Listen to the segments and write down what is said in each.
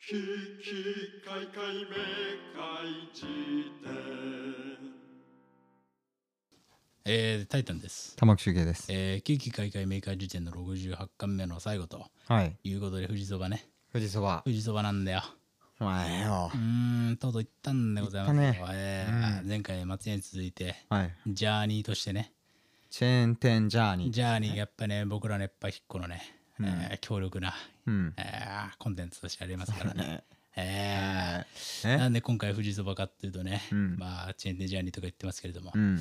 ききかいかいめかいじ典えー、タイタンです。玉木周慶です。えー、近畿開会メーカー辞典の68巻目の最後とはい。いうことで、富士そばね。富士そば。富士そばなんだよ。お前よう。ーん、とうとう行ったんでございますよ行ったえねー前回松屋に続いて、はい。ジャーニーとしてね、チェーン店ジャーニー。ジャーニーがやっぱね、僕らのやっぱ一個のね、えー強力な、うん。えーコンテンツとしてありますから ね。えーえなんで今回富士そばかっていうとね、んまあ、チェーンでジャーニーとか言ってますけれども、うん。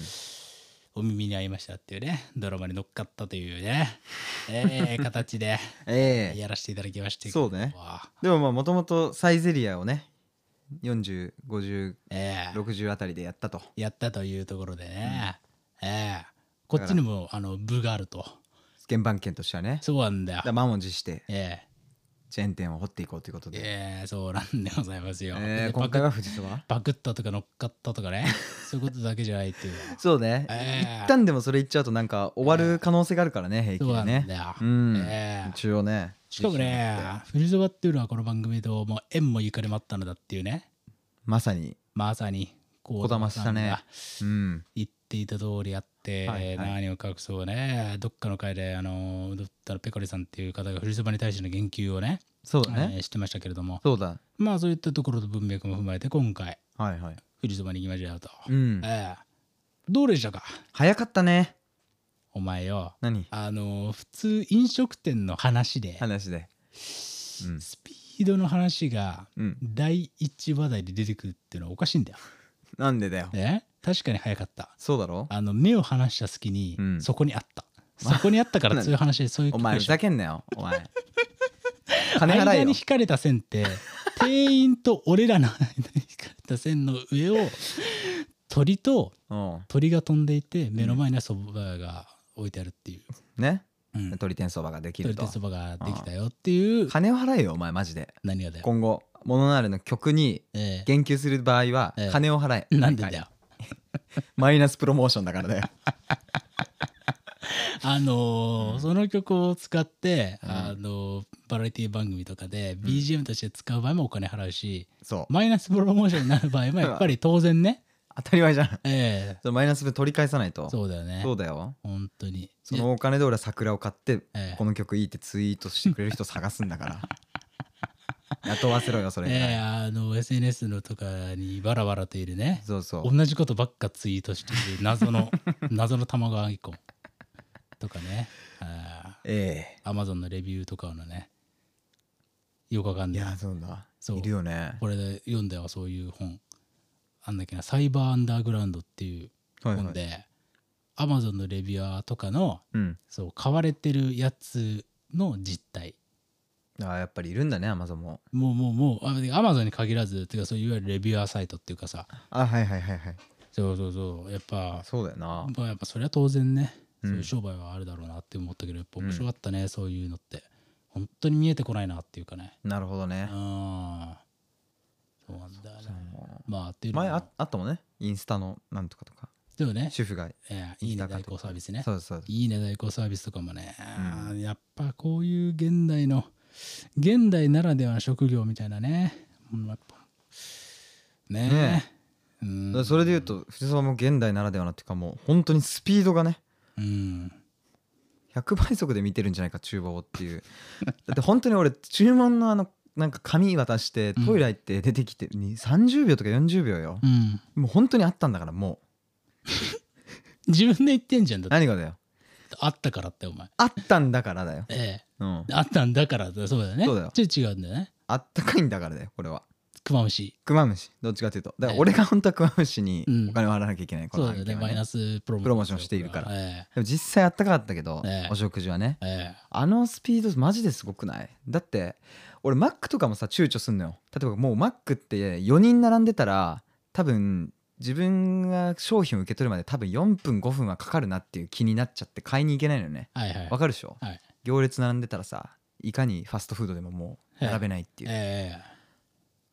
お耳に合いましたっていうね、ドラマに乗っかったというね、 えー形でええやらせていただきまして、そうねわあでもまあもともとサイゼリアをね、40、50、えー60あたりでやったと。やったというところでね、えーこっちにもあの部があると。原版権としてはね。そうなんだよだから。満を持してえチェーン店を掘っていこうということーで。えーそうなんでございますよ。えでー、今回は富士 そば。パクったとか乗っかったとか ね、そういうことだけじゃないっていう。そうね。ええ一旦でもそれ言っちゃうとなんか終わる可能性があるからね、平そう均なでんだね。よ。うんえー一応ね。しかもね、フルソバっていうのはこの番組ともう縁もゆかりもあったのだっていうね。まさに。まさにこだましたね小玉さんがうん。言っていた通りあって、はいはい何を隠そうねどっかの回であのどったらペコリさんっていう方が振りそばに対しての言及をねそうだえね。ーしてましたけれどもそうだ。まあそういったところと文脈も踏まえて今回はいはい。振りそばに行きましょうと、うん。ええどうでしたか早かったね。お前よ何あの普通飲食店の話で話で。うんスピードの話がうん。第一話題で出てくるっていうのはおかしいんだよ、なんでだよ。え確かに早かったそうだろあの目を離した隙に、うんそこにあったそこにあったからなんそうでいう話でそういうお聞前ふくでざしけんなよ。お 前。ょ金払間えによ引。かれた線って 店員と俺らの間に 引かれた線の上を鳥とうん。鳥が飛んでいて目の前にはそばが置いてあるっていう、ね。うん、鳥天そばができる鳥とと。そばができたよっていう金を払えよ、お前マジで。何がだよ、今後、モノナールの曲にえ言及する場合はええ、金を払え。えなんでだよマイナスプロモーションだから だよ。あのーうんその曲を使って、うんあのーバラエティ番組とかで BGM として使う場合もお金払うし、そう。マイナスプロモーションになる場合はやっぱり当然ね。当たり前じゃん。ええそうマイナス分取り返さないと。そうだよね。そうだよ。本当に。そのお金で俺は桜を買ってええ、この曲いいってツイートしてくれる人探すんだ から。雇わせろよ、それぐえらえい。あの SNS のとかにバラバラといるね。そうそう。同じことばっかツイートしている謎の 謎の玉川以降とかね。あえあ Amazon のレビューとかのね。よくわかんえ。いなや、い。そうだ。そういるよね。これで読んだよそういう本。あんだっけなサイバーアンダーグラウンドっていうはいは本い。で、Amazon のレビュアーとかのうん。そう買われてるやつの実態あーやっぱりいるんだねアマゾンももうもうもうあアマゾンに限らずっていうかそういわゆるレビュアーサイトっていうかさあはいはいはいはいそうそうそうやっぱそうだよなまあやっぱそれは当然ね、うんそういう商売はあるだろうなって思ったけどやっぱ面白かったね、そういうのって本当に見えてこないなっていうかねなるほどねうんそうなんだよそねうまあっていうの前あもあったもんねインスタのなんとかとかでもね、主婦がええいいね代行サービスねそうですそうですいいね代行サービスとかもね、うやっぱこういう現代の現代ならではの職業みたいなねもうやっぱねえねうんだからそれで言うと藤沢も現代ならではなっていうかもう本当にスピードがねうん100倍速で見てるんじゃないか厨房をっていうだって本当に俺注文のあのなんか紙渡してうんトイレ入って出てきてに30秒とか40秒ようんもう本当にあったんだからも自分で言ってんじゃんだうって何がだよあったからってお前あったんだからだよえうんえあったんだからだそうだよねそうだよちょっと違うんだよねあったかいんだからだよこれはクマムシクマムシどっちかというとだかえらえ俺が本当はクマムシにうんお金を払わなきゃいけない、こそのうだ案よ件ねはマイナスプロモプロモーションしているからえでも実際あったかかったけど、ええお食事はねええあのスピードマジですごくないだって俺マックとかもさ躊躇すんのよ例えばもうマックって4人並んでたら多分自分が商品を受け取るまで多分4分5分はかかるなっていう気になっちゃって買いに行けないのよねえはいはいわかるでしょ、はい行列並んでたらさいかにファストフードでももう並べないっていう、え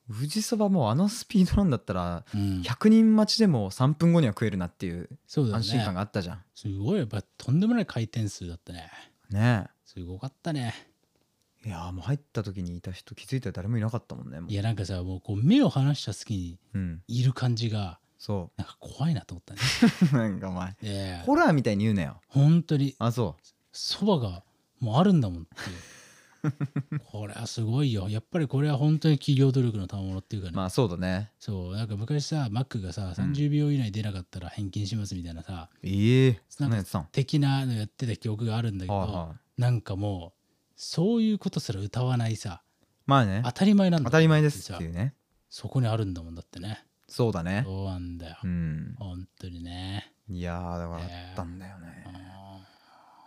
富士そばもうあのスピードなんだったらえうん100人待ちでも3分後には食えるなっていうそうだ安心よね感があったじゃんすごいやっぱとんでもない回転数だったねねすごかったねえいやーもう入った時にいた人気づいたら誰もいなかったもんねもういやなんかさもうこう目を離した隙にうんいる感じがそなんか怖いなと思っ たね。うなんかお前ええホラーみたいに言うなよ本当にあそそばがもうあるんだもんって いうこれはすごいよやっぱりこれは本当に企業努力の賜物っていうかうね、まあそうだねそうなんか昔さマックがさ30秒以内出なかったら返金しますみたいなさ、ええそなんんなかんやってたんは的なのやってた記憶があるんだいけど、はいなんかもうそういうことすら歌わないさまあね当たり前なんだ当たり前ですっていうねそこにあるんだもんだってねそうだねそうなんだよ、うん本当にねいやーだからええあったんだよね、あ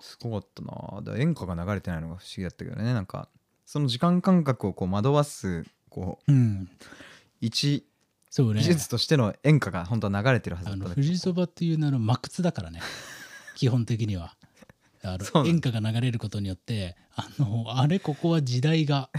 すごかったなだから演歌が流れてないのが不思議だったけどねなんかその時間感覚をこう惑わすこうーうん一そうね技術としての演歌が本当は流れてるはずだあったんのだけ富士そばっていう名の真靴だから ね基本的にはあそのうな演ん歌が流れることによってあのあれここは時代が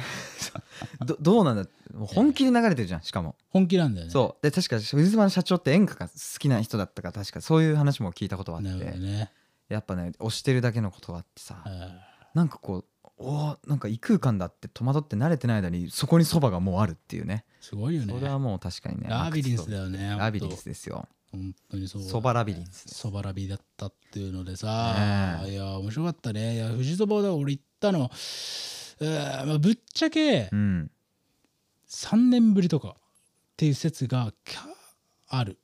どどどうなんだもう本気で流れてるじゃんしかも、本気なんだよねそうで確か藤島の社長って演歌が好きな人だったから確かそういう話も聞いたことがあって、なるほどねやっぱね押してるだけのことがあってさ、あなんかこうおーなんか異空間だって戸惑って慣れてない間にそこにそばがもうあるっていうねーすごいよねそれはもう確かにねラビリンスだよねラビリンスですよ本当にそうそばラビリンスですそばラビだったっていうのでさ、ねえいや面白かったねいや富士そばはだから俺行ったの、えーまあ、ぶっちゃけうん3年ぶりとかっていう説がきゃある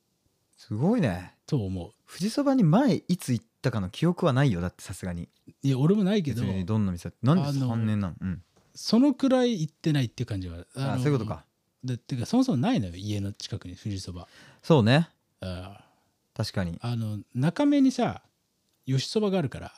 すごいねと思う富士そばに前いつ行ったかの記憶はないよだってさすがにいや俺もないけ別どにどんな店だってなんであの3年なのうんそのくらい行ってないっていう感じはのあそういうことかでっていうかそもそもないのよ家の近くに富士そばそうねあ確かにあの中目にさ吉そばがあるから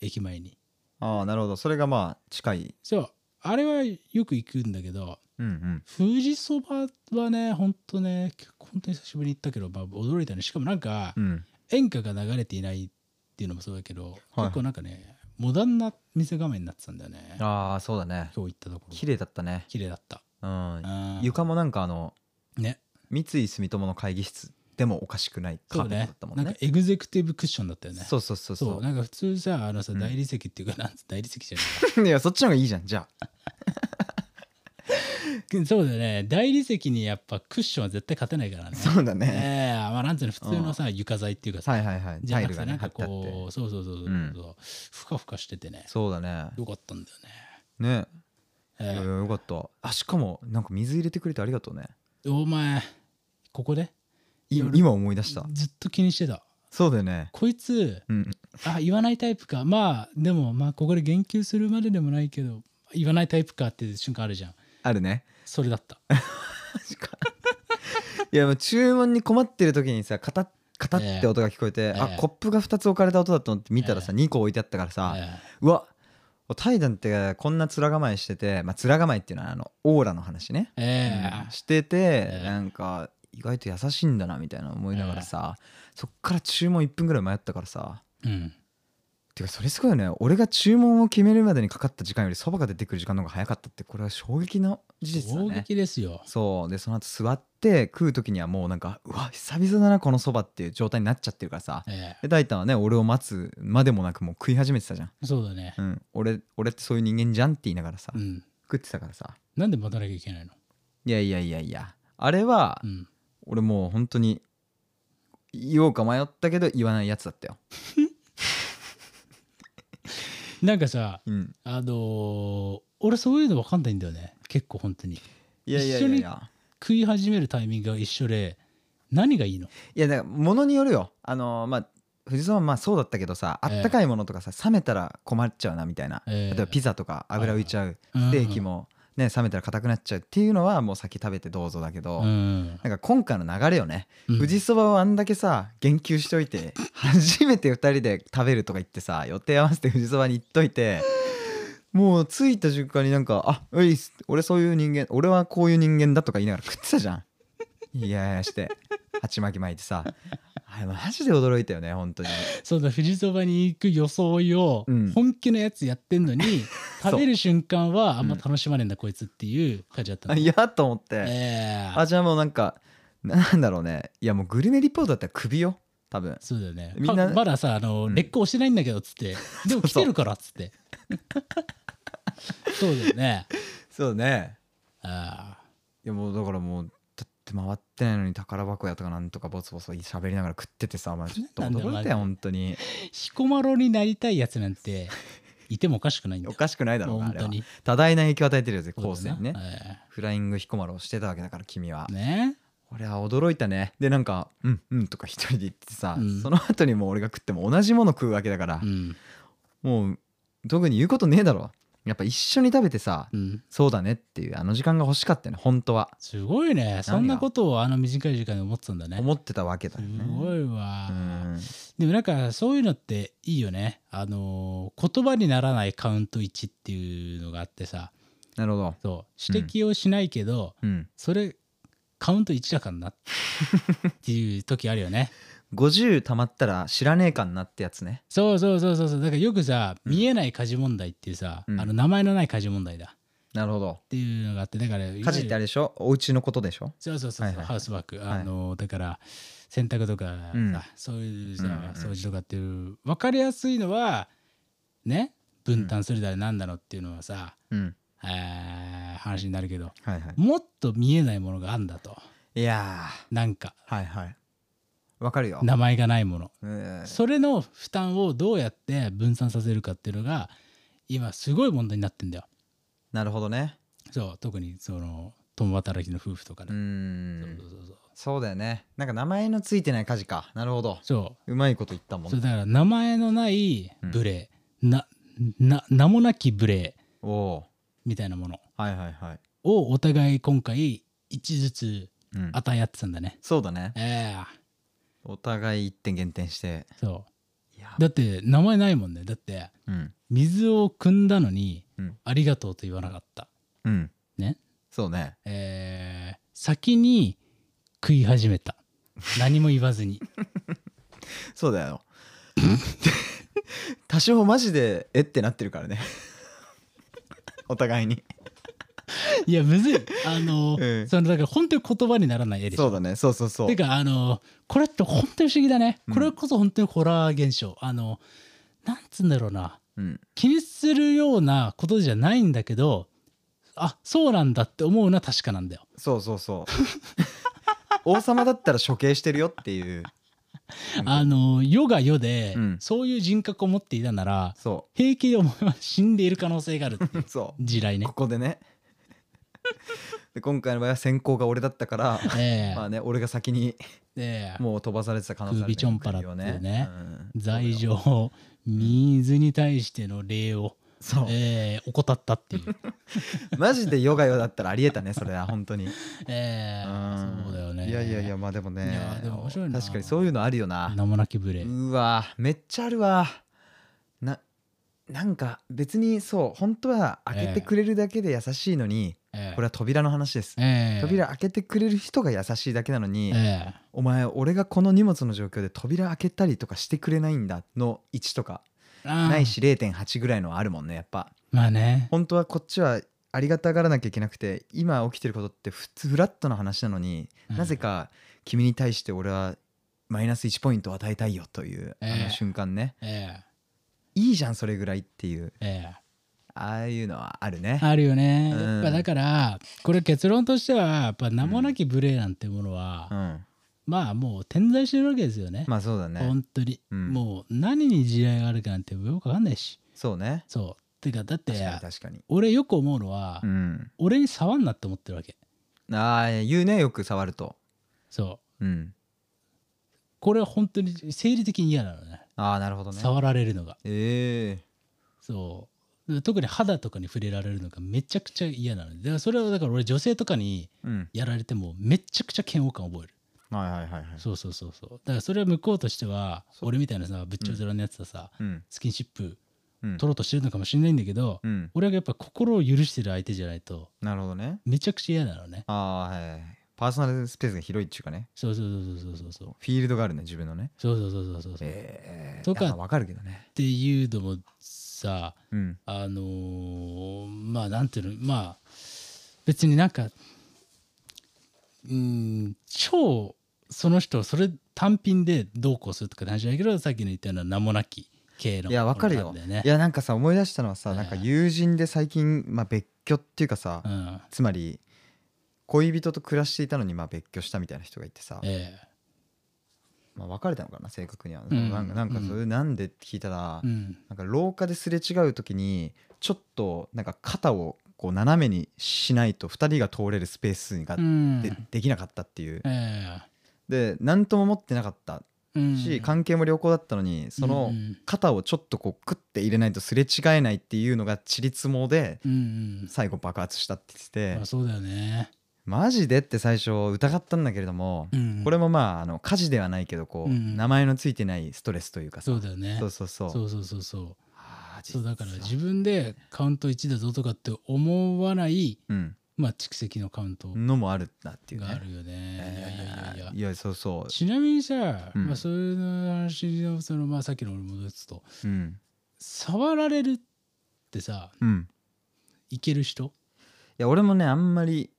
駅前にああなるほどそれがまあ近いそうあれはよく行くんだけどうんうん富士そばはねほんとね結構本当に久しぶりに行ったけど、まあ、驚いたねしかもなんかうん演歌が流れていないっていうのもそうだけど、はい結構なんかねモダンな店画面になってたんだよねああそうだね今日行ったところ綺麗だったね綺麗だったうんうん床もなんかあのね三井住友の会議室でもおかしくないカそーうペットねだったもんなんかねエグゼクティブクッションだったよねそうそうそうそうそなんか普通さあのさ、うん大理石っていうかなんつ大理石じゃなう いやそっちの方がいいじゃんじゃあい そうだよね大理石にやっぱクッションは絶対勝てないからねそうだねええまあなんつうの普通のさ床材っていうかさ、はいはいはいじタゃイなくルてがなねん貼かってあっこてうそうそうそうそうそう、うんふかふかしててねそうだねよかったんだよね、ねいやえよかったあしかもなんか水入れてくれてありがとうねえお前ここでい夜今思い出したずっと気にしてたそうだよねこいつうんあ言わないタイプかまあでもまあここで言及するまででもないけど言わないタイプかっていう瞬間あるじゃんあるねそれだった確か いやもう注文に困ってる時にさカタッカタッって音が聞こえて、ええあコップが2つ置かれた音だと思って見たらさ、2個置いてあったからさ、えうわ怠惰ってこんな面構えしててまあ面構えっていうのはあのオーラの話ね、えうんしてて、ええなんか意外と優しいんだなみたいな思いながらさ、そっから注文1分ぐらい迷ったからさうんてかそれすごいよね俺が注文を決めるまでにかかった時間よりそばが出てくる時間の方が早かったってこれは衝撃の事実だ衝ね撃ですよそうでその後座って食う時にはもうなんかうわ久々だなこのそばっていう状態になっちゃってるからさえで大胆はね俺を待つまでもなくもう食い始めてたじゃん、えそうだねうん、俺俺ってそういう人間じゃんって言いながらさ、うん食ってたからさなんで待たなきゃいけないのいやいやいやいやあれはうん俺もう本当に言おうか迷ったけど言わないやつだったよ、なんかさうん、あのー俺そういうの分かんないんだよね結構本当にいやいやいやいや食い始めるタイミングが一緒で何がいいのいやだからものによるよあのーまあ藤沢はまあそうだったけどさあええったかいものとかさ冷めたら困っちゃうなみたいな、ええ例えばピザとか油浮いちゃううんステーキもね冷めたら硬くなっちゃうっていうのはもう先食べてどうぞだけど、うんなんか今回の流れよね、うん富士そばをあんだけさ言及しといて初めて2人で食べるとか言ってさ予定合わせて富士そばに行っといてもう着いた瞬間になんか「あういっす俺そういう人間俺はこういう人間だ」とか言いながら食ってたじゃん。いやいやして鉢巻き巻いてさあれマジで驚いたよね本当に。そうだ富士そばに行く装いをうん本気のやつやってんのに、 そう食べる瞬間はあんま楽しまねえんだ、こいつっていう感じだったあのいやと思って。ええあじゃあもうなんかなんだろうねいやもうグルメリポートだったら首よ多分そうだよねみんなかまださあの、うん 劣行してないんだけどっつってでも来てるからっつって そうだよね。そうねああいやもうだからもうだって回ってないのに宝箱やとかなんとかボソボソ喋りながら食っててさお前ちょっとなんだよ驚いたよ本当に彦摩呂になりたいやつなんていてもおかしくないんだおよ。かしくないだろうなあ本れ当はに。多大な影響を与えてるよぜ後世にねえフライング彦摩呂をしてたわけだから君はえね俺は驚いたねでなんか「うんうん」とか一人で言ってさ、うんその後にもう俺が食っても同じもの食うわけだから、うん。もう特に言うことねえだろやっぱ一緒に食べてさ、うん。そうだねっていうあの時間が欲しかったよね本当は、すごいね。そんなことをあの短い時間で思ってたんだね。思ってたわけだすよねごいいわ。でもなんかそういうのっていいよね。あのー言葉にならないカウント1っていうのがあってさ、なるほどそう指摘をしないけど、うんそれカウント1だからなっていう時あるよね。 50たまったら知らねえかんなってやつねそうそうそうそうそう。だからよくさ、うん見えない家事問題っていうさ、うんあの名前のない家事問題だっなるほどていうのがあって、だから家事ってあれでしょお家のことでしょそうそうそうそう、はいはいはいハウスワーク、はいあのだから洗濯とかさ、うんそういうさ、うんうんうん掃除とかっていう分かりやすいのはね分担するだろなんだろうっていうのはさ、うんえー話になるけどはいはいもっと見えないものがあんだといやなんかーはいはいわかるよ名前がないものうんそれの負担をどうやって分散させるかっていうのが今すごい問題になってんだよなるほどねそう特にその共働きの夫婦とかうね、そうんそうそうそうそうだよねなんか名前のついてない家事かなるほどそううまいこと言ったもんそうねだから名前のない無礼、なな名もなき無礼おおみたいなものーはいはいはいをお互い今回1ずつうん与え合ってたんだね、そうだねえお互い一点減点してえそいうだって名前ないもんねだってうん水を汲んだのにうん「ありがとう」と言わなかった、うんねそうねええ先に食い始めた何も言わ ずにそうだよ 多少マジでえってなってるからね お互いにいやむずいあの、うんそのだから本当に言葉にならない絵でしょそうだねそうそうそうてかあのこれって本当に不思議だね、うんこれこそ本当にホラー現象あのなんつうんだろうなうん気にするようなことじゃないんだけどあそうなんだって思うのは確かなんだよそうそうそう王様だったら処刑してるよっていうあの世が世で、うんそういう人格を持っていたならそ平気でお前は死んでいる可能性があるっていうう そう地雷ねここでねで今回の場合は先行が俺だったからええまあね俺が先にええもう飛ばされてた可能性ある首ちょんぱらっていうねうん罪状水に対しての礼を、そうええ怠ったっていう、マジでヨガヨだったらありえたねそれは本当にええうんそうだよねいやいやいやまあでもねいやでも面白いな確かにそういうのあるよな名もなき無礼うわめっちゃあるわななんか別にそう本当は開けてくれるだけで優しいのに、ええこれは扉の話です、ええ扉開けてくれる人が優しいだけなのに、ええお前俺がこの荷物の状況で扉開けたりとかしてくれないんだの1とかあーないし0.8ぐらいのはあるもんねやっぱまあね本当はこっちはありがたがらなきゃいけなくて今起きてることって普通フラットな話なのに、うんなぜか君に対して俺はマイナス1ポイントを与えたいよというあええの瞬間ね、えいいじゃんそれぐらいっていうええああいうのはあるねえあるよね、うんやっぱだからこれ結論としてはやっぱ名もなき無礼なんてものは、うんまあもう点在してるわけですよね、まあそうだね本当に、うんもう何に地雷があるかなんてよくわかんないしそうねそうてかだって確かに確かに俺よく思うのは、うん俺に触んなって思ってるわけああ言うねよく触るとそううんこれは本当に生理的に嫌なのねああなるほどね触られるのがええそう特に肌とかに触れられるのがめちゃくちゃ嫌なのでそれはだから俺女性とかにうんやられてもめちゃくちゃ嫌悪感覚えるはいはいはいはいそうそうそうそうだからそれは向こうとしてはそう俺みたいなさぶっちょずらのやつとさ、うんスキンシップうん取ろうとしてるのかもしれないんだけど、うん俺がやっぱ心を許してる相手じゃないとなるほどねめちゃくちゃ嫌なのねああはいはいパーソナルスペースが広いっていうかねそうそうそうそうそうそうフィールドがあるね自分のねそうそうそうそうそうそうっええとかいやわかるけどねていうのもさうんあのーまあなんていうのまあ別になんかうん超その人をそれ単品でどうこうするとかって話じゃないけどさっきの言ったような名もなき系のいやわかるよものなんだいねやなんかさ思い出したのはさうんなんか友人で最近、まあ、別居っていうかさ、うんつまり恋人と暮らしていたのにまあ別居したみたいな人がいてさ、えまあ、別れたのかな正確には、うんなんかなんかうんそれなんでって聞いたら、えうんなんか廊下ですれ違う時にちょっとなんか肩をこう斜めにしないと2人が通れるスペースがうで,、んできなかったっていうえで何とも持ってなかったえうんし、関係も良好だったのにそのうん肩をちょっとこうクッて入れないとすれ違えないっていうのがちりつもでうんうん最後爆発したって言ってまあてそうだよね、マジでって最初疑ったんだけれどもうんこれもまああの火事ではないけどこううん名前のついてないストレスというかさそうだよねそうそうそうそうそうそうそうあーそうだから実は自分でカウント1だぞとかって思わない、うんまあ、蓄積のカウントのもあるなっていうねがあるよね。いやいやいやいやいやそうそちなみにさ、うんまあ、そういうの話のその、まあ、さっきの俺も戻すとううん触られるってさうんいける人いや俺もねあんまり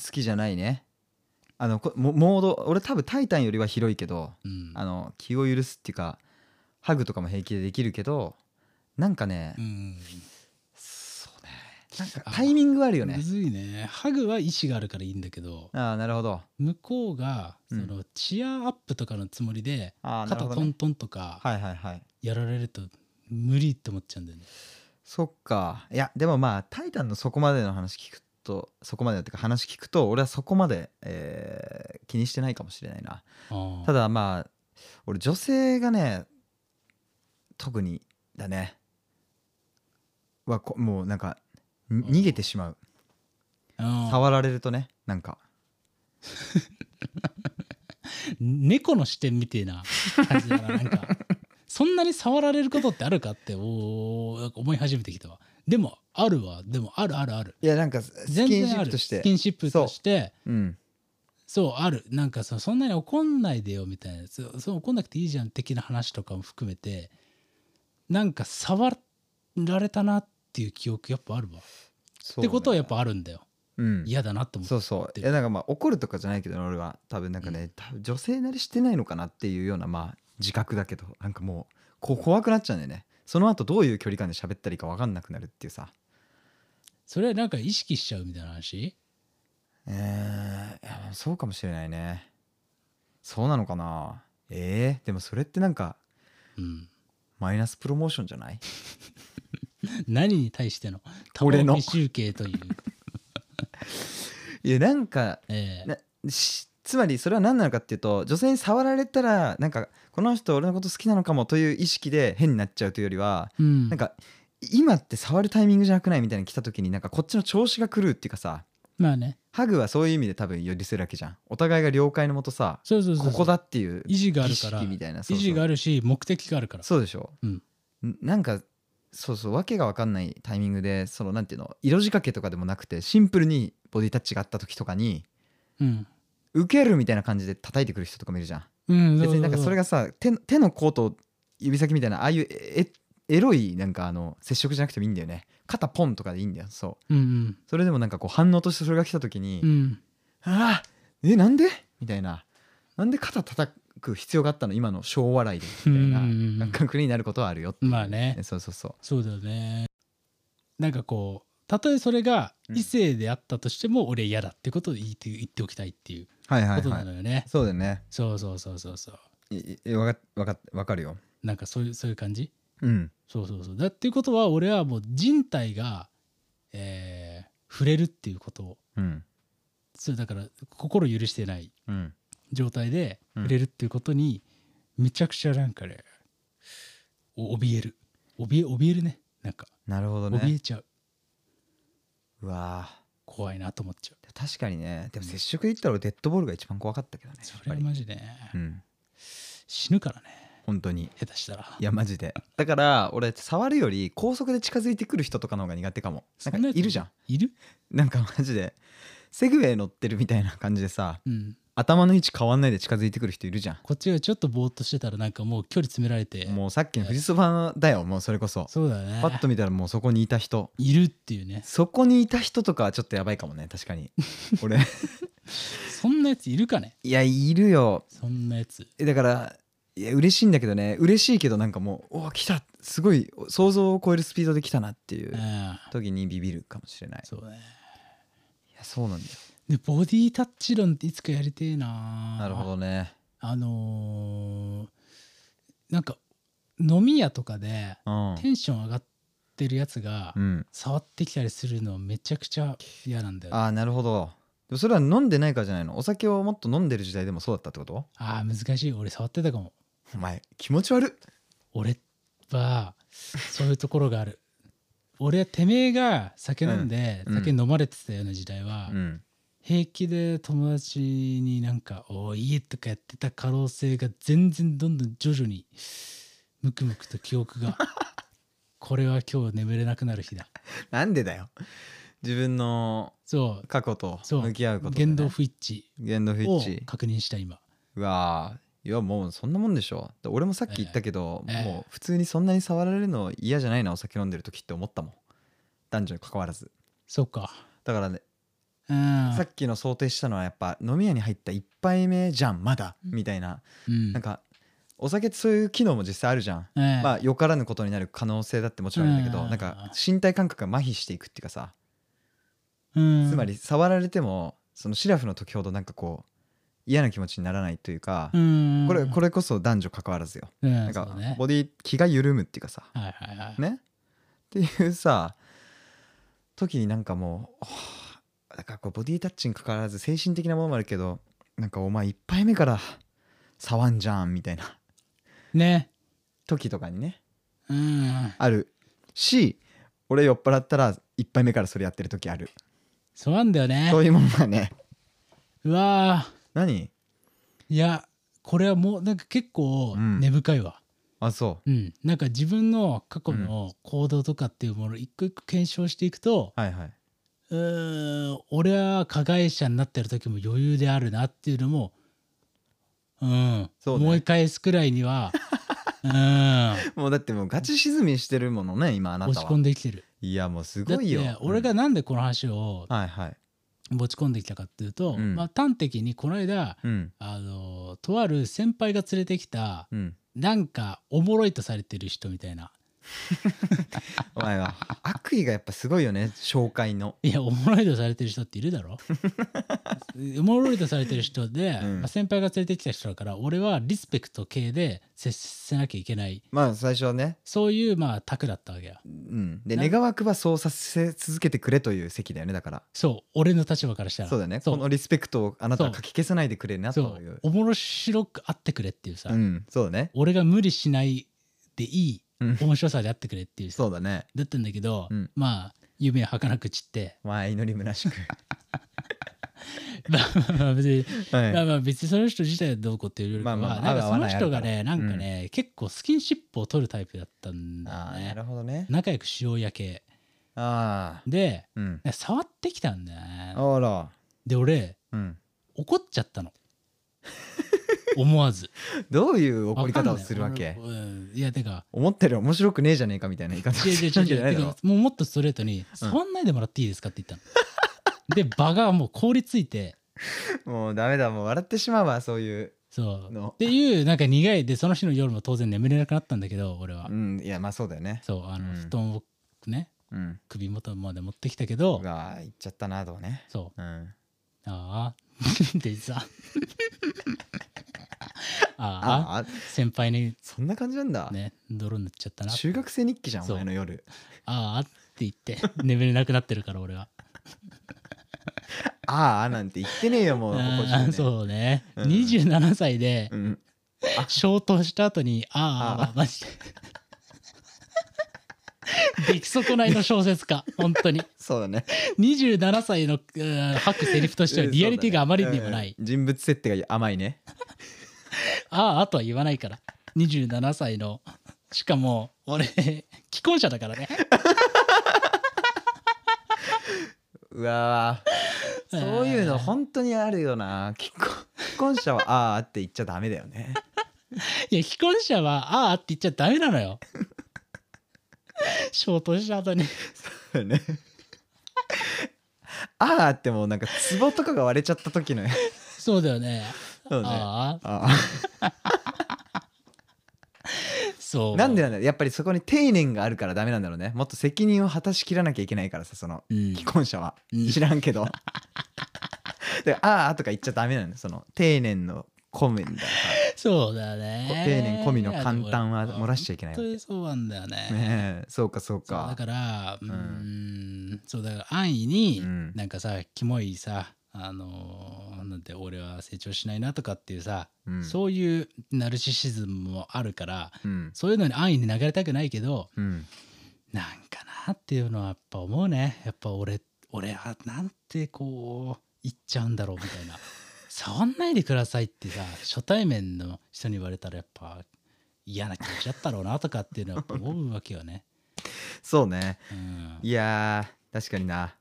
好きじゃないねあのこモモード俺多分「タイタン」よりは広いけどうんあの気を許すっていうかハグとかも平気でできるけどなんかね、うんそうねなんかあタイミングあるよむねずいねハグは意思があるからいいんだけどああなるほど向こうがそうんのチアアップとかのつもりでああなる肩ほトど、ねン、トンとかはいはいはいやられると無理って思っちゃうんだよね。そっかいやでもまあ「タイタン」のそこまでの話聞くとそこまでのっていうか話聞くと俺はそこまで、えー気にしてないかもしれないなああただまあ俺女性がね特にだねはこもうなんかに逃げてしまううん触られるとねなんか猫の視点みてえな感じだななんかそんなに触られることってあるかっておーなんか思い始めてきたわでもあるわでもあるあるあるいやなんかス全キンシ然ッあプるとしてスキンシップとしてうんそうあるなんかそそんなに怒んないでよみたいなそそう怒んなくていいじゃん的な話とかも含めてなんか触られたなっていう記憶やっぱあるわ、っそうてねことはやっぱあるんだようん嫌だなって思ってそうそういやなんかまあ怒るとかじゃないけど俺は多分なんかね、多分女性慣れしてないのかなっていうようなまあ自覚だけどなんかもうこ怖くなっちゃうんだよねその後どういう距離感で喋ったりか分かんなくなるっていうさそれはなんか意識しちゃうみたいな話えーいやそうかもしれないねそうなのかなえー、でもそれってなんかうんマイナスプロモーションじゃない 何に対しての俺の玉置集計という、いやなんかええなしつまりそれは何なのかっていうと女性に触られたらなんかこの人俺のこと好きなのかもという意識で変になっちゃうというよりはうん、なんか今って触るタイミングじゃなくないみたいに来た時になんかこっちの調子が狂うっていうかさまあねハグはそういう意味で多分寄り添うわけじゃんお互いが了解のもとさそうそうそうそうここだっていう意地があるから儀式みたいなそう意そう地があるし目的があるからそうでしょ、うんんなんかそうそうわけが分かんないタイミングでそのなんていうの色仕掛けとかでもなくてシンプルにボディタッチがあった時とかにうん、受けるみたいな感じで叩いてくる人とかもいるじゃんうん、別になんかそれががさ手手の甲と指先みたいなああいうええエロいなんかあの接触じゃなくてもいいんだよね肩ポンとかでいいんだよそううんそれでもなんかこう反応としてそれが来た時にうんうん「ああえなんで?」みたいな「なんで肩叩く必要があったの今の小笑いで」みたいなうんうんうんなんか感覚になることはあるよっていうまあねそうそうそうそうだよねなんかこうたとえそれがうん異性であったとしても俺嫌だってことを言って言っておきたいっていうはいはこいとはないのよね、そうだよねそうそうそうそうそういいわかわかわかるよなんかそういうそういう感じうんそうそうそうだっていうことは俺はもう人体が、えー触れるっていうことをうんそうだから心許してないうん状態でうん触れるっていうことに、めちゃくちゃなんかねお怯える怯え怯えるねなんかなるほど怯ねえちゃううわあ怖いなと思っちゃう確かにねでも接触で言ったら俺デッドボールが一番怖かったけどねやそっれぱはりマジで、うん死ぬからね本当に下手したらいやマジでだから俺触るより高速で近づいてくる人とかの方が苦手かもそなんかやついるじゃんいるなんかマジでセグウェイ乗ってるみたいな感じでさうん頭の位置変わんないで近づいてくる人いるじゃんこっちがちょっとぼーっとしてたらなんかもう距離詰められてもうさっきの富士そばだよもうそれこそそうだねパッと見たらもうそこにいた人いるっていうねそこにいた人とかはちょっとやばいかもね確かに俺そんなやついるかねいやいるよそんなやつえだからいや嬉しいんだけどね嬉しいけどなんかもうおー来たすごい想像を超えるスピードで来たなっていううん時にビビるかもしれないそうねいやそうなんだよでボディタッチ論っていつかやりてえななるほどねあのーなんか飲み屋とかでうんテンション上がってるやつがうん触ってきたりするのめちゃくちゃ嫌なんだよねああなるほどでもそれは飲んでないからじゃないのお酒をもっと飲んでる時代でもそうだったってことあー難しい俺触ってたかもお前気持ち悪っ俺はそういうところがある俺はてめえが酒飲んでうん酒飲まれてたような時代はうん平気で友達になんか「おーいい」とかやってた可能性が全然どんどん徐々にムクムクと記憶 がこれは今日眠れなくなる日だなんでだよ自分のそう過去とそう向き合うことでね言動不一言動不致を一致確認した今うわあいやもうそんなもんでしょで俺もさっき言ったけど、ええもう普通にそんなに触られるの嫌じゃないなお酒飲んでる時って思ったもん男女に関わらずそうかだからね、うんさっきの想定したのはやっぱ飲み屋に入った1杯目じゃんまだ、みたいなうんなんかお酒ってそういう機能も実際あるじゃん、ええまあよからぬことになる可能性だってもちろんあるんだけど、うんなんか身体感覚が麻痺していくっていうかさ、うんつまり触られてもそのシラフの時ほどなんかこう嫌な気持ちにならないというか、うんこれこれこそ男女関わらずよ、うんなんそかうねボディ気が緩むっていうかさはいはいはいねっていうさ時になんかもうはあだからこうボディタッチに関わらず精神的なものもあるけどなんかお前一杯目から触んじゃんみたいなね時とかにねうんあるし俺酔っ払ったら一杯目からそれやってる時あるそうなんだよねそういうもんはねうわー何いやこれはもうなんか結構うん根深いわあそうん、なんか自分の過去の行動とかっていうものを一個一個検証していくと、うはいはいうーん俺は加害者になってる時も余裕であるなっていうのもうんそうね思い返すくらいに はうもうだってもうガチ沈みしてるものね今あんな落たち込んはできてるいやもうすだっごいてよ俺がうんなんでこの話をはいはい持ち込んできたかっていうと、うんまあ、端的にこの間うんあのとある先輩が連れてきた うんなんかおもろいとされてる人みたいなお前は悪意がやっぱすごいよね紹介のいやおもろいとされてる人っている だろおもろいとされてる人で、うんまあ、先輩が連れてきた人だから俺はリスペクト系で接せなきゃいけないまあ最初はねそういうまあ卓だったわけやうんでな願わくばそうさせ続けてくれという席だよねだからそう俺の立場からしたらそうだよねそこうのリスペクトをあなたはそうかき消さないでくれなそといううおもろしろく会ってくれっていうさ、うんそうだね俺が無理しないでいいうん面白さであってくれっていうさそうだねだったんだけど、うんまあ夢は儚く散って、 まあ祈りむな しくまあまあまあ別に、はいまあまあ別にその人自体はどうこうっていうよりかは、まあまあなんか合うそ合わのない人があね、るなからんかね、結構スキンシップを取るタイプだったんだよああなねる。ほどね仲良くしようやけ。ああで、うん触ってきたんだよね。あらで、俺、うん怒っちゃっ たの。思わず。どういう怒り方をするわわけかんないうんいや、て か、思ってる面白くねえじゃねえかみたいな言い方を違う違うす違るわうけじゃない違う。だてろかもうもっとストレートに、触んないでもらっていいですかって言ったの。で、場がもう凍りついて、もうダメだもう笑ってしまうわそういうそう。っのていう、なんか苦いで、その日の夜も当然眠れなくなったんだけど、俺はう。んいやまあそうだよねそうあの、うん布団をねうん首元まで持ってきたけどが言っちゃったなとかねそううんああ で さああああ先輩にそんな感じなんだね泥塗っちゃったな中学生日記じゃんそうお前の夜ああって言って眠れなくなってるから 俺はああなんて言ってねえよ もうここああうそうね、うん27歳でん消灯した後にああああマジで 出来損ないの小説家本当にそうだね27歳のうん吐くセリフとしてはリアリティがあまりにもない、うん人物設定が甘いねあああとは言わないから27歳のしかも俺既婚者だからねうわーそういうの本当にあるよな既婚既婚者はああって言っちゃダメだよねいや既婚者はああって言っちゃダメなのよ消灯した後にそうね ああってもうなんかツボとかが割 れちゃった時のそうだよねそうねああああそうなんでなんだろうやっぱりそこに丁寧があるからダメなんだろうねもっと責任を果たしきらなきゃいけないからさそのうん既婚者はうん知らん けどであーあとか言っちゃダメなのその丁寧の込みみたいなさそうだねこう丁寧込みの簡単は漏らしちゃいけない本当にそうなんだよねねえそうかそうそうだかからうーんんそうだから安易にうんなんかさ、キモいさあのーなんて俺は成長しないなとかっていうさ、うんそういうナルシシズムもあるからうんそういうのに安易に流れたくないけどうんなんかなっていうのはやっぱ思うねやっぱ俺俺はなんてこう言っちゃうんだろうみ たいな触んないでくださいってさ初対面の人に言われたらやっぱ嫌な気持ちだったろうなとかっていうのはやっぱ思うわけよね。そうねうんいやー確かにな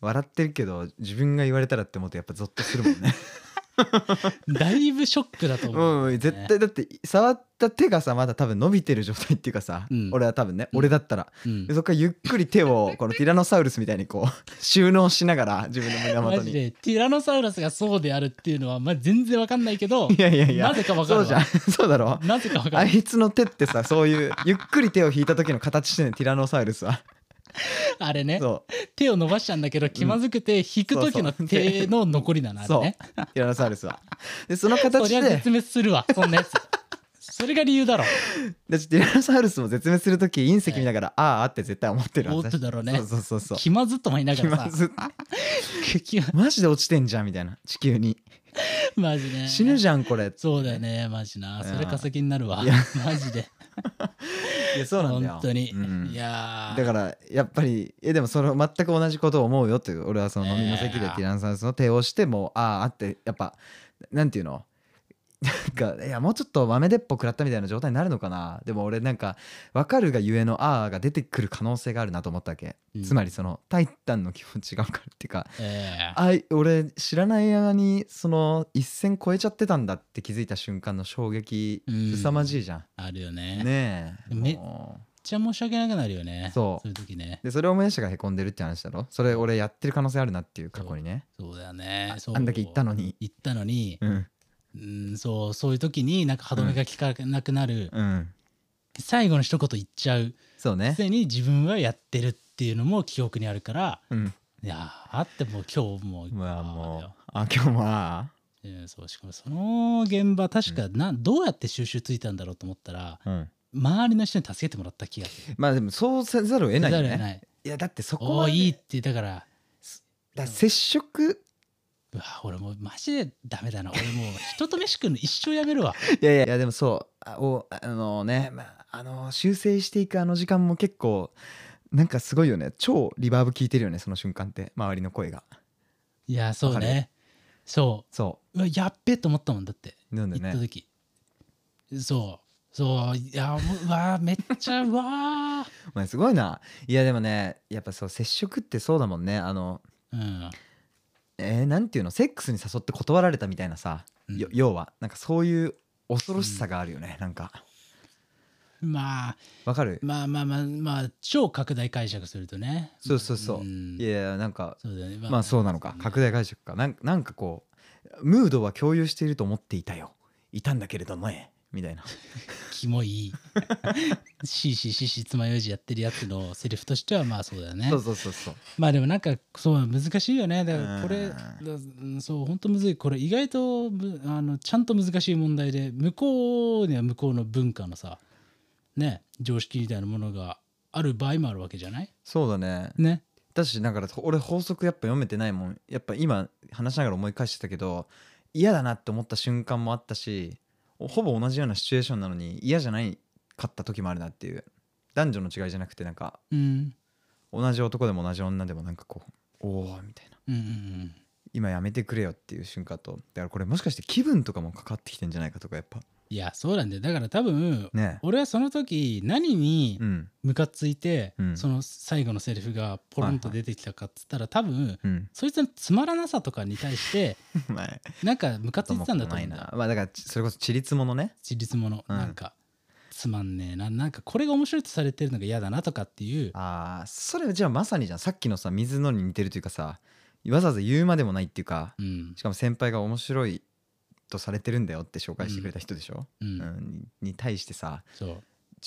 笑ってるけど自分が言われたらって思うとやっぱゾッとするも んねだいぶショックだとう思う、ん、絶対だって触った手がさまだ多分伸びてる状態っていうかさ、うん俺は多分ねうん俺だったら、うんでそっからゆっくり手 をこのティラノサウルスみたいにこう収納しながら自分の胸マ元ジに。でティラノサウルスがそうであるっていうのは、まあ、全然わかんないけどいやいやいやなぜかわかるそうわじゃん そうだろなぜかわかあんないいつの手ってさそういうゆっくり手を引いた時の形してんのティラノサウルスはあれねそ手を伸ばしたんだけど気まずくて引く時のそうそう手の残りなのあれそうねうティラノサウルスはでそのそ形りゃで絶滅す るわそんなやつそれが理由だろだってティラノサウルスも絶滅する時隕石見ながら、あーあって絶対思ってるはず思ってだろうねそうそうそうそう気まずっと思いなが気まらさずっ気まマジで落ちてんじゃんみたいな地球に マジね死ぬじゃんこれそうだよねマジなそれ化石になるわいやマジでいやそうなんだよ本当に、うんいやーだからやっぱりえでもその全く同じことを思うよって俺はその飲みの席でねテえィラノサウルスの手をしてもうあああってやっぱなんていうのなんかいやもうちょっと豆鉄砲食らったみたいな状態になるのかなでも俺なんか分かるがゆえのああが出てくる可能性があるなと思ったわけ、うんつまりそのタイタンの気持ちが分かるっていうかえーあい俺知らない間にその一線超えちゃってたんだって気づいた瞬間の衝撃うん凄まじいじゃあるよん、ねめっねえめもうちゃ申し訳なくなるよねそそうういう時ねでそれを思い出したからへこんでるって話だろそれ俺やってる可能性あるなっていう過去にねそうだよね。そうあんだけ言ったのに言ったのに、うんうん、そう、そういう時になんか歯止めが効かなくなる、うん最後の一言言っちゃう、そうねすでに自分はやってるっていうのも記憶にあるから、うんいやー、あってもう今日もう、まあもだようあ今日まうんそう、しかもその現場、確かな、どうやって収集ついたんだろうと思ったら、あうん周りの人に助けてもらった気がする。まあでもそうせざるを得ないよせざるを得ねない。いやだってそこおはーねいいって、だから、だ接触うわ俺もうマジでダメだな。俺もう人と飯食うの一生やめるわ。いやいやいやでもそうあおあのね、まあ、あの修正していくあの時間も結構なんかすごいよね超リバーブ効いてるよねその瞬間って周りの声がいや、そうわかね。そう。そうわやっべえと思ったもんだってうなんだ行ったよね時、そうそういやもううわーめっちゃうわお前すごいないやでもねやっぱそう接触ってそうだもんねあのーうんえー、なんていうのセックスに誘って断られたみたいなさ、うんよ要はなんかそういう恐ろしさがあるよね、なんかまあわかる、まあまあまあまあ超拡大解釈するとねそうそうそう、んいやいやなんかそうだよねまあそうなのか、拡大解釈かなんなんかこうムードは共有していると思っていたよいたんだけれどもねみたいなキモいシーシーシーシー爪楊枝やってるやつのセリフとしてはまあそうだよねそうそうそうそうまあでもなんかそう難しいよねだからこれうんだうんそう本当むずいこれ意外とむあのちゃんと難しい問題で向こうには向こうの文化のさね常識みたいなものがある場合もあるわけじゃないそうだねねだしだから俺法則やっぱ読めてないもんやっぱ今話しながら思い返してたけど嫌だなって思った瞬間もあったしほぼ同じようなシチュエーションなのに嫌じゃないかった時もあるなっていう男女の違いじゃなくてなんかうん同じ男でも同じ女でもなんかこうおおみたいなうんうん今やめてくれよっていう瞬間とだからこれもしかして気分とかもかかってきてんじゃないかとかやっぱいやそうなんだよだから多分ね俺はその時何にうんムカついて、うんその最後のセリフがポロンと出てきたかっつったら、多分うん そいつのつまらなさとかに対 してお前なんかムカついてたんだと思うんだよなまあだからそれこそちりつものね自立もの、うんなんかつまんねえななんかこれが面白いとされてるのが嫌だなとかっていうあーそれじゃあまさにじゃんさっきのさ水野に似てるというかさわざわざ言うまでもないっていうかうんしかも先輩が面白いとされてるんだよって紹介してくれた人でしょ、うん、うんに対してさそう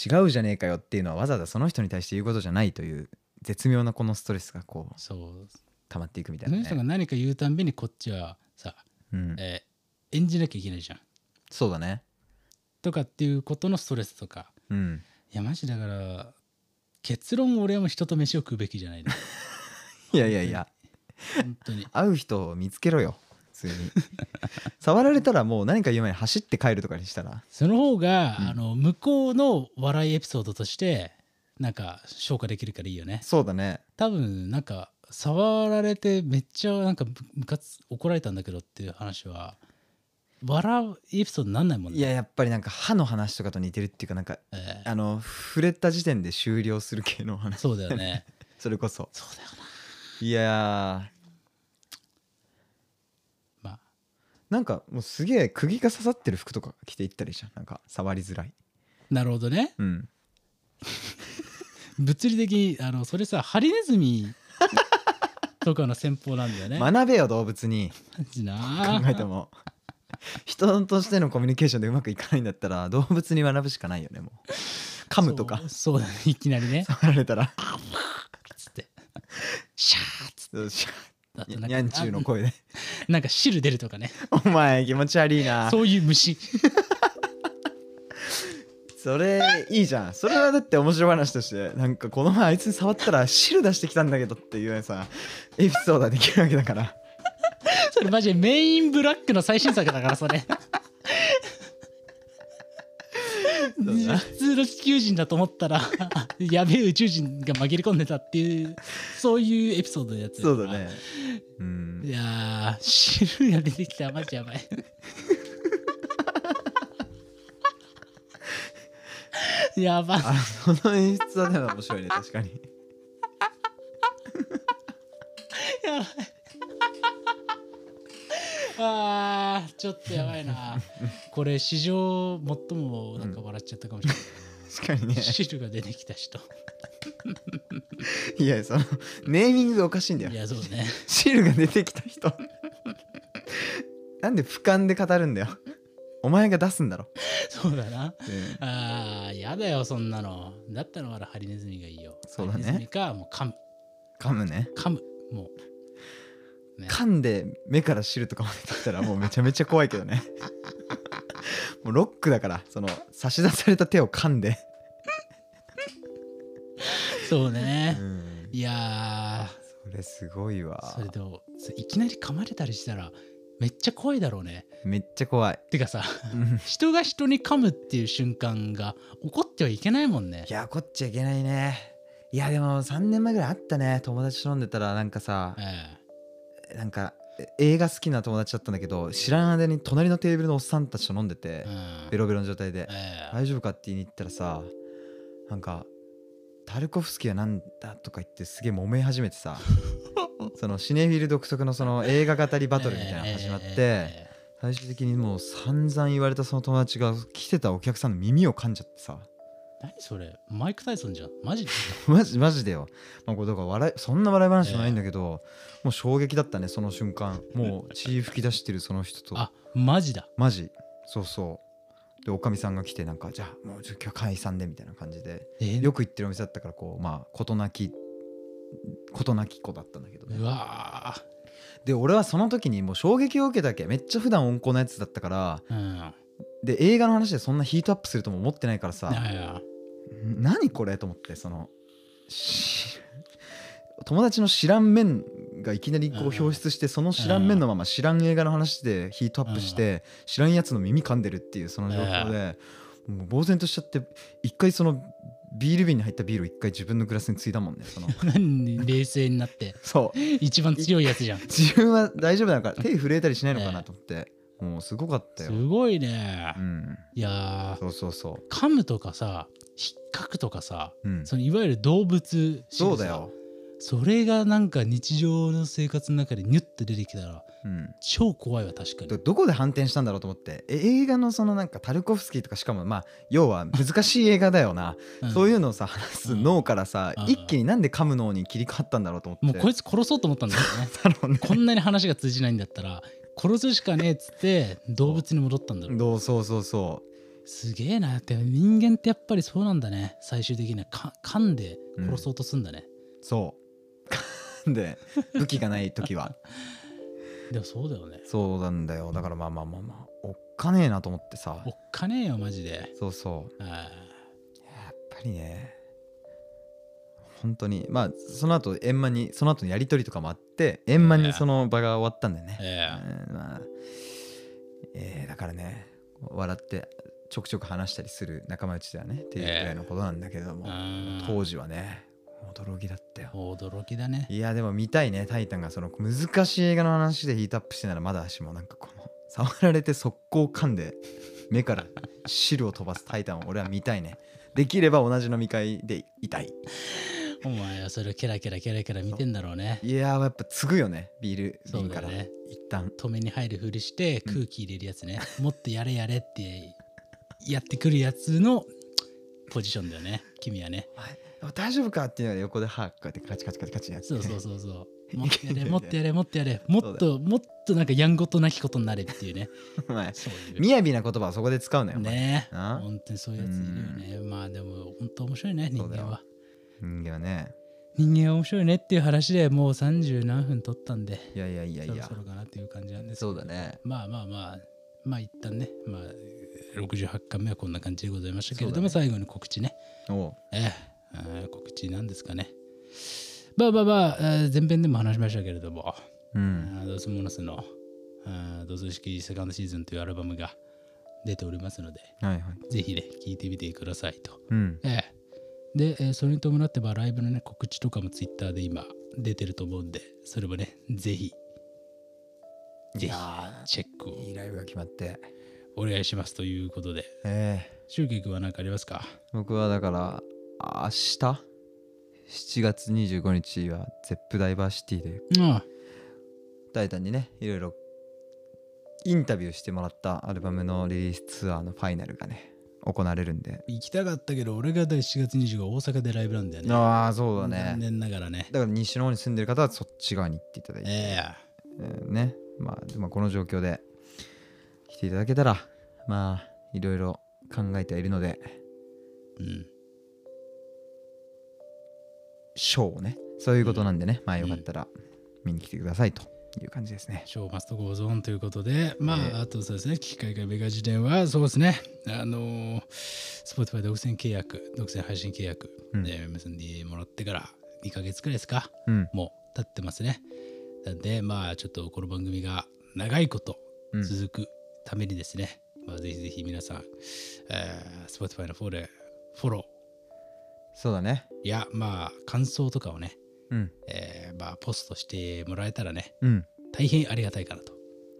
違うじゃねえかよっていうのはわざわざその人に対して言うことじゃないという絶妙なこのストレスがこうそう溜まっていくみたいそな、のね人が何か言うたんびにこっちはさ、うん、えー演じなきゃいけないじゃんそうだねとかっていうことのストレスとかうんいやマジだから結論俺はもう人と飯を食うべきじゃないのいやいやいや本当に会う人を見つけろよ普通に触られたらもう何か言う前に走って帰るとかにしたらその方が、うんあの向こうの笑いエピソードとしてなんか消化できるからいいよねそうだね多分なんか触られてめっちゃなんかむむかつ怒られたんだけどっていう話は笑うエピソードになんないもんいねややっぱりなんか歯の話とかと似てるっていうかなんかえあの触れた時点で終了する系の ー話そうだよねそれこそそうだよいやなまあーなんかもうすげえ釘が刺さってる服とか着ていったりじゃんなんか触りづらいなるほどねうん物理的にあのそれさハリネズミ とかの戦法なんだよねマ学べよ動物 にジ考なえても人としてのコミュニケーションでうまくいかないんだったら動物に学ぶしかないよねもう噛むとかそうそうだねいきなりね触られたらつってシャーっつっよしてあとなんかにゃんちゅうの声であなんか汁出るとかね「お前気持ち悪いなそういう虫それいいじゃんそれはだって面白い話としてなんかこの前あいつに触ったら汁出してきたんだけどっていうさエピソードはできるわけだからそれマジでメインブラックの最新作だからそれうだ普通の地球人だと思ったらやべえ宇宙人が紛れ込んでたっていうそういうエピソードのやつそうだねうんいやー汁が出てきたらマジや ばいやばあその演出はでも面白いね確かにやばい あーちょっとやばいなこれ史上最もなんか笑っちゃったかもしれない、確かにね汁が出てきた人いやそのネーミングがおかしいんだよいやそうね汁が出てきた人なんで俯瞰で語るんだよお前が出すんだろ、そうだなうんあーやだよそんなのだったらまだハリネズミがいいよそうだねハリネズミかもう噛む噛むね噛むもう、ね噛んで目から汁とかも出てきたらもうめちゃめちゃ怖いけどね もうロックだからその差し出された手を噛んで、そうね、ん、いやそれすごいーわそれといきなり噛まれたりしたらめっちゃ怖いだろうねめっちゃ怖いてかさうん人が人に噛むっていう瞬間が起こってはいけないもんねいや怒っちゃいけないねいやでも3年前ぐらいあったね友達と飲んでたらなんかさえなんか映画好きな友達だったんだけど知らん間に隣のテーブルのおっさんたちと飲んでてえうんベロベロの状態でええ大丈夫かって言いに行ったらさなんかタルコフスキーはなんだとか言ってすげえ揉め始めて さそのシネフィル独特のその映画語りバトルみたいなのが始まって、ええ最終的にもう散々言われたその友達が来てたお客さんの耳を噛んじゃってさ 何それマイク・タイソンじゃんマジでマジマジでよ、まあ、これだから笑いそんな笑い話もないんだけど、もう衝撃だったねその瞬間もう血吹き出してるその人とあマジだマジそうそうでおかみさんが来てなんかじゃあもう今日解散でみたいな感じでえよく行ってるお店だったからこうまあ事なき事なき子だったんだけどね、うわで俺はその時にもう衝撃を受けたわけめっちゃ普段温厚なやつだったからーうんで映画の話でそんなヒートアップするとも思ってないからさいやいやん何これと思ってそのし友達の知らん面がいきなりこううん表出してその知らん面のまま知らん映画の話でヒートアップして知らんやつの耳噛んでるっていうその状況でもう呆然としちゃって一回そのビール瓶に入ったビールを一回自分のグラスについだもんねその何冷静になってそう一番強いやつじゃん 自分は大丈夫なのか手震えたりしないのかなと思ってもうすごかったよ、すごいねうん、いやーそうそうそ噛むとかさ引っかくとかさう、うん、そのいわゆる動物仕草そうだよ、それがなんか日常の生活の中でニュッて出てきたらうん、超怖いわ確かにどどこで反転したんだろうと思ってえ映画のそのなんかタルコフスキーとかしかもまあ要は難しい映画だよな、そうい ううのをさ話す脳からさ、うん一気になんで噛む脳に切り替わったんだろうと思ってんもう こいつ殺そうと思ったんだよねだろうねこんなに話が通じないんだったら殺すしかねえっつって動物に戻ったんだろうどうそうそうそうすげえなって人間ってやっぱりそうなんだね最終的にはか噛んで殺そうとすんだね、そう。で武器がない時はでもそうだよねそうなんだよだからまあまあまあまあおっかねえなと思ってさおっかねえよマジでそうそうあやっぱりね本当にまあその後円満にその後のやり取りとかもあって円満にその場が終わったんだよねあ、ええうんまあえーだからね笑ってちょくちょく話したりする仲間内ではねっていうぐらいのことなんだけども、うん当時はね驚きだったよ驚きだねいやでも見たいね「タイタン」がその難しい映画の話でヒートアップしてならまだしもなんかこの触られて速攻噛んで目から汁を飛ばす「タイタン」を俺は見たいねできれば同じ飲み会でいたいお前はそれをケラケラケラケラ見てんだろうねいやーやっぱ継ぐよねビール瓶から、そうだよね一旦止めに入るふりして空気入れるやつね、もっとやれやれってやってくるやつのポジションだよね君はねあ大丈夫かっていうのが横で歯こうやってカチカチカチカチやってそうそうそう そうもっいとけやんだれよねもっとやれもっとやれもっともっとなんかやんごとなきことになれっていう ねうまいそう いう雅な言葉はそこで使うのよ、お前ねえな本当にそういうやついるよねまあでも本当面白いね人そうだ間よは人間はね人間は面白いねっていう話でもう30何分取ったんでいやいやいやいやそろそろかなっていう感じなんですけどそうだねまあまあまあまあ一旦ねまあ68巻目はこんな感じでございましたけれども、そ最後に告知ねおうええあー告知なんですかねまあまあまあ、えー前編でも話しましたけれどもうんドスモノスの「ドス式セカンドシーズン」というアルバムが出ておりますのではいはいぜひね聴いてみてくださいとうんええで、えーそれに伴ってばライブのね告知とかもツイッターで今出てると思うんでそれもねぜひぜいひやチェックをーいいライブが決まってお願いしますということでええ周慶君は何かありますか僕はだから明日7月25日はゼップダイバーシティでうんタイタンにねいろいろインタビューしてもらったアルバムのリリースツアーのファイナルがね行われるんで行きたかったけど俺が第7月25大阪でライブなんだよねああそうだ残ね念ながらねだから西の方に住んでる方はそっち側に行っていただいて、ええーねまあでもこの状況で来ていただけたらまあいろいろ考えてはいるのでえうんショーをねそういうことなんでね、まあよかったら見に来てくださいという感じですね、ショーマストゴーゾーンということで、まあ、ええあとそうですね、機械がメガ時点は、そうですね、あのー、Spotify 独占契約、独占配信契約、うんで結んでもらってから2ヶ月くらいですか、うんもう経ってますね。なんで、まあ、ちょっとこの番組が長いことうん続くためにですね、まあ、ぜひぜひ皆さん、えー、Spotify のフォロー、フォロそうだねーや、まあ、感想とかをね、うんえーまあ、ポストしてもらえたらね、うん大変ありがたいかなと。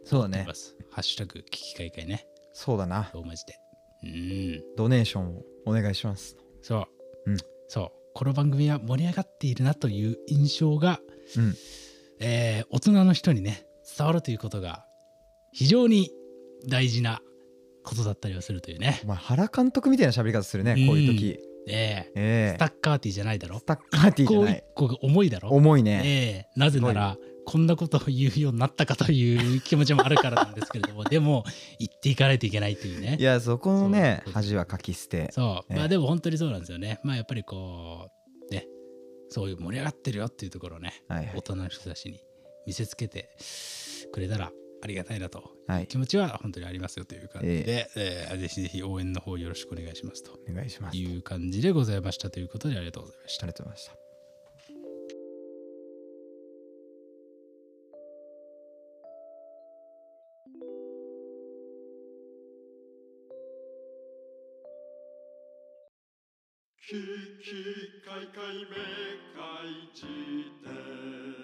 そうだ思いねます。ハッシュタグ、聞き会会ね。そうだなローマ字で。うん。ドネーションをお願いしますそう。うんそう。この番組は盛り上がっているなという印象が、うんえー大人の人にね、伝わるということが、非常に大事なことだったりをするというねお。前原監督みたいな喋り方するねこういう時えええスえタッカーティーじゃないだろス。タッカーティーじゃこうな一い個が重いだろ。重いねええなぜなら、こんなことを言うようになったかという気持ちもあるからなんですけれども、 でも、言っていかないといけないというねい。やそこのねそう恥はかき捨てそう、ねまあでも本当にそうなんですよね。まあやっぱりこう、ね、そういう盛り上がってるよっていうところをね、はいは大い人の人たちに見せつけてくれたらありがたいなと、はい気持ちは本当にありますよという感じで、えーぜひぜひ応援の方よろしくお願いしますとお願いしますありいう感じでございましたということでありがとうございました。がとうございました危機開会明会辞典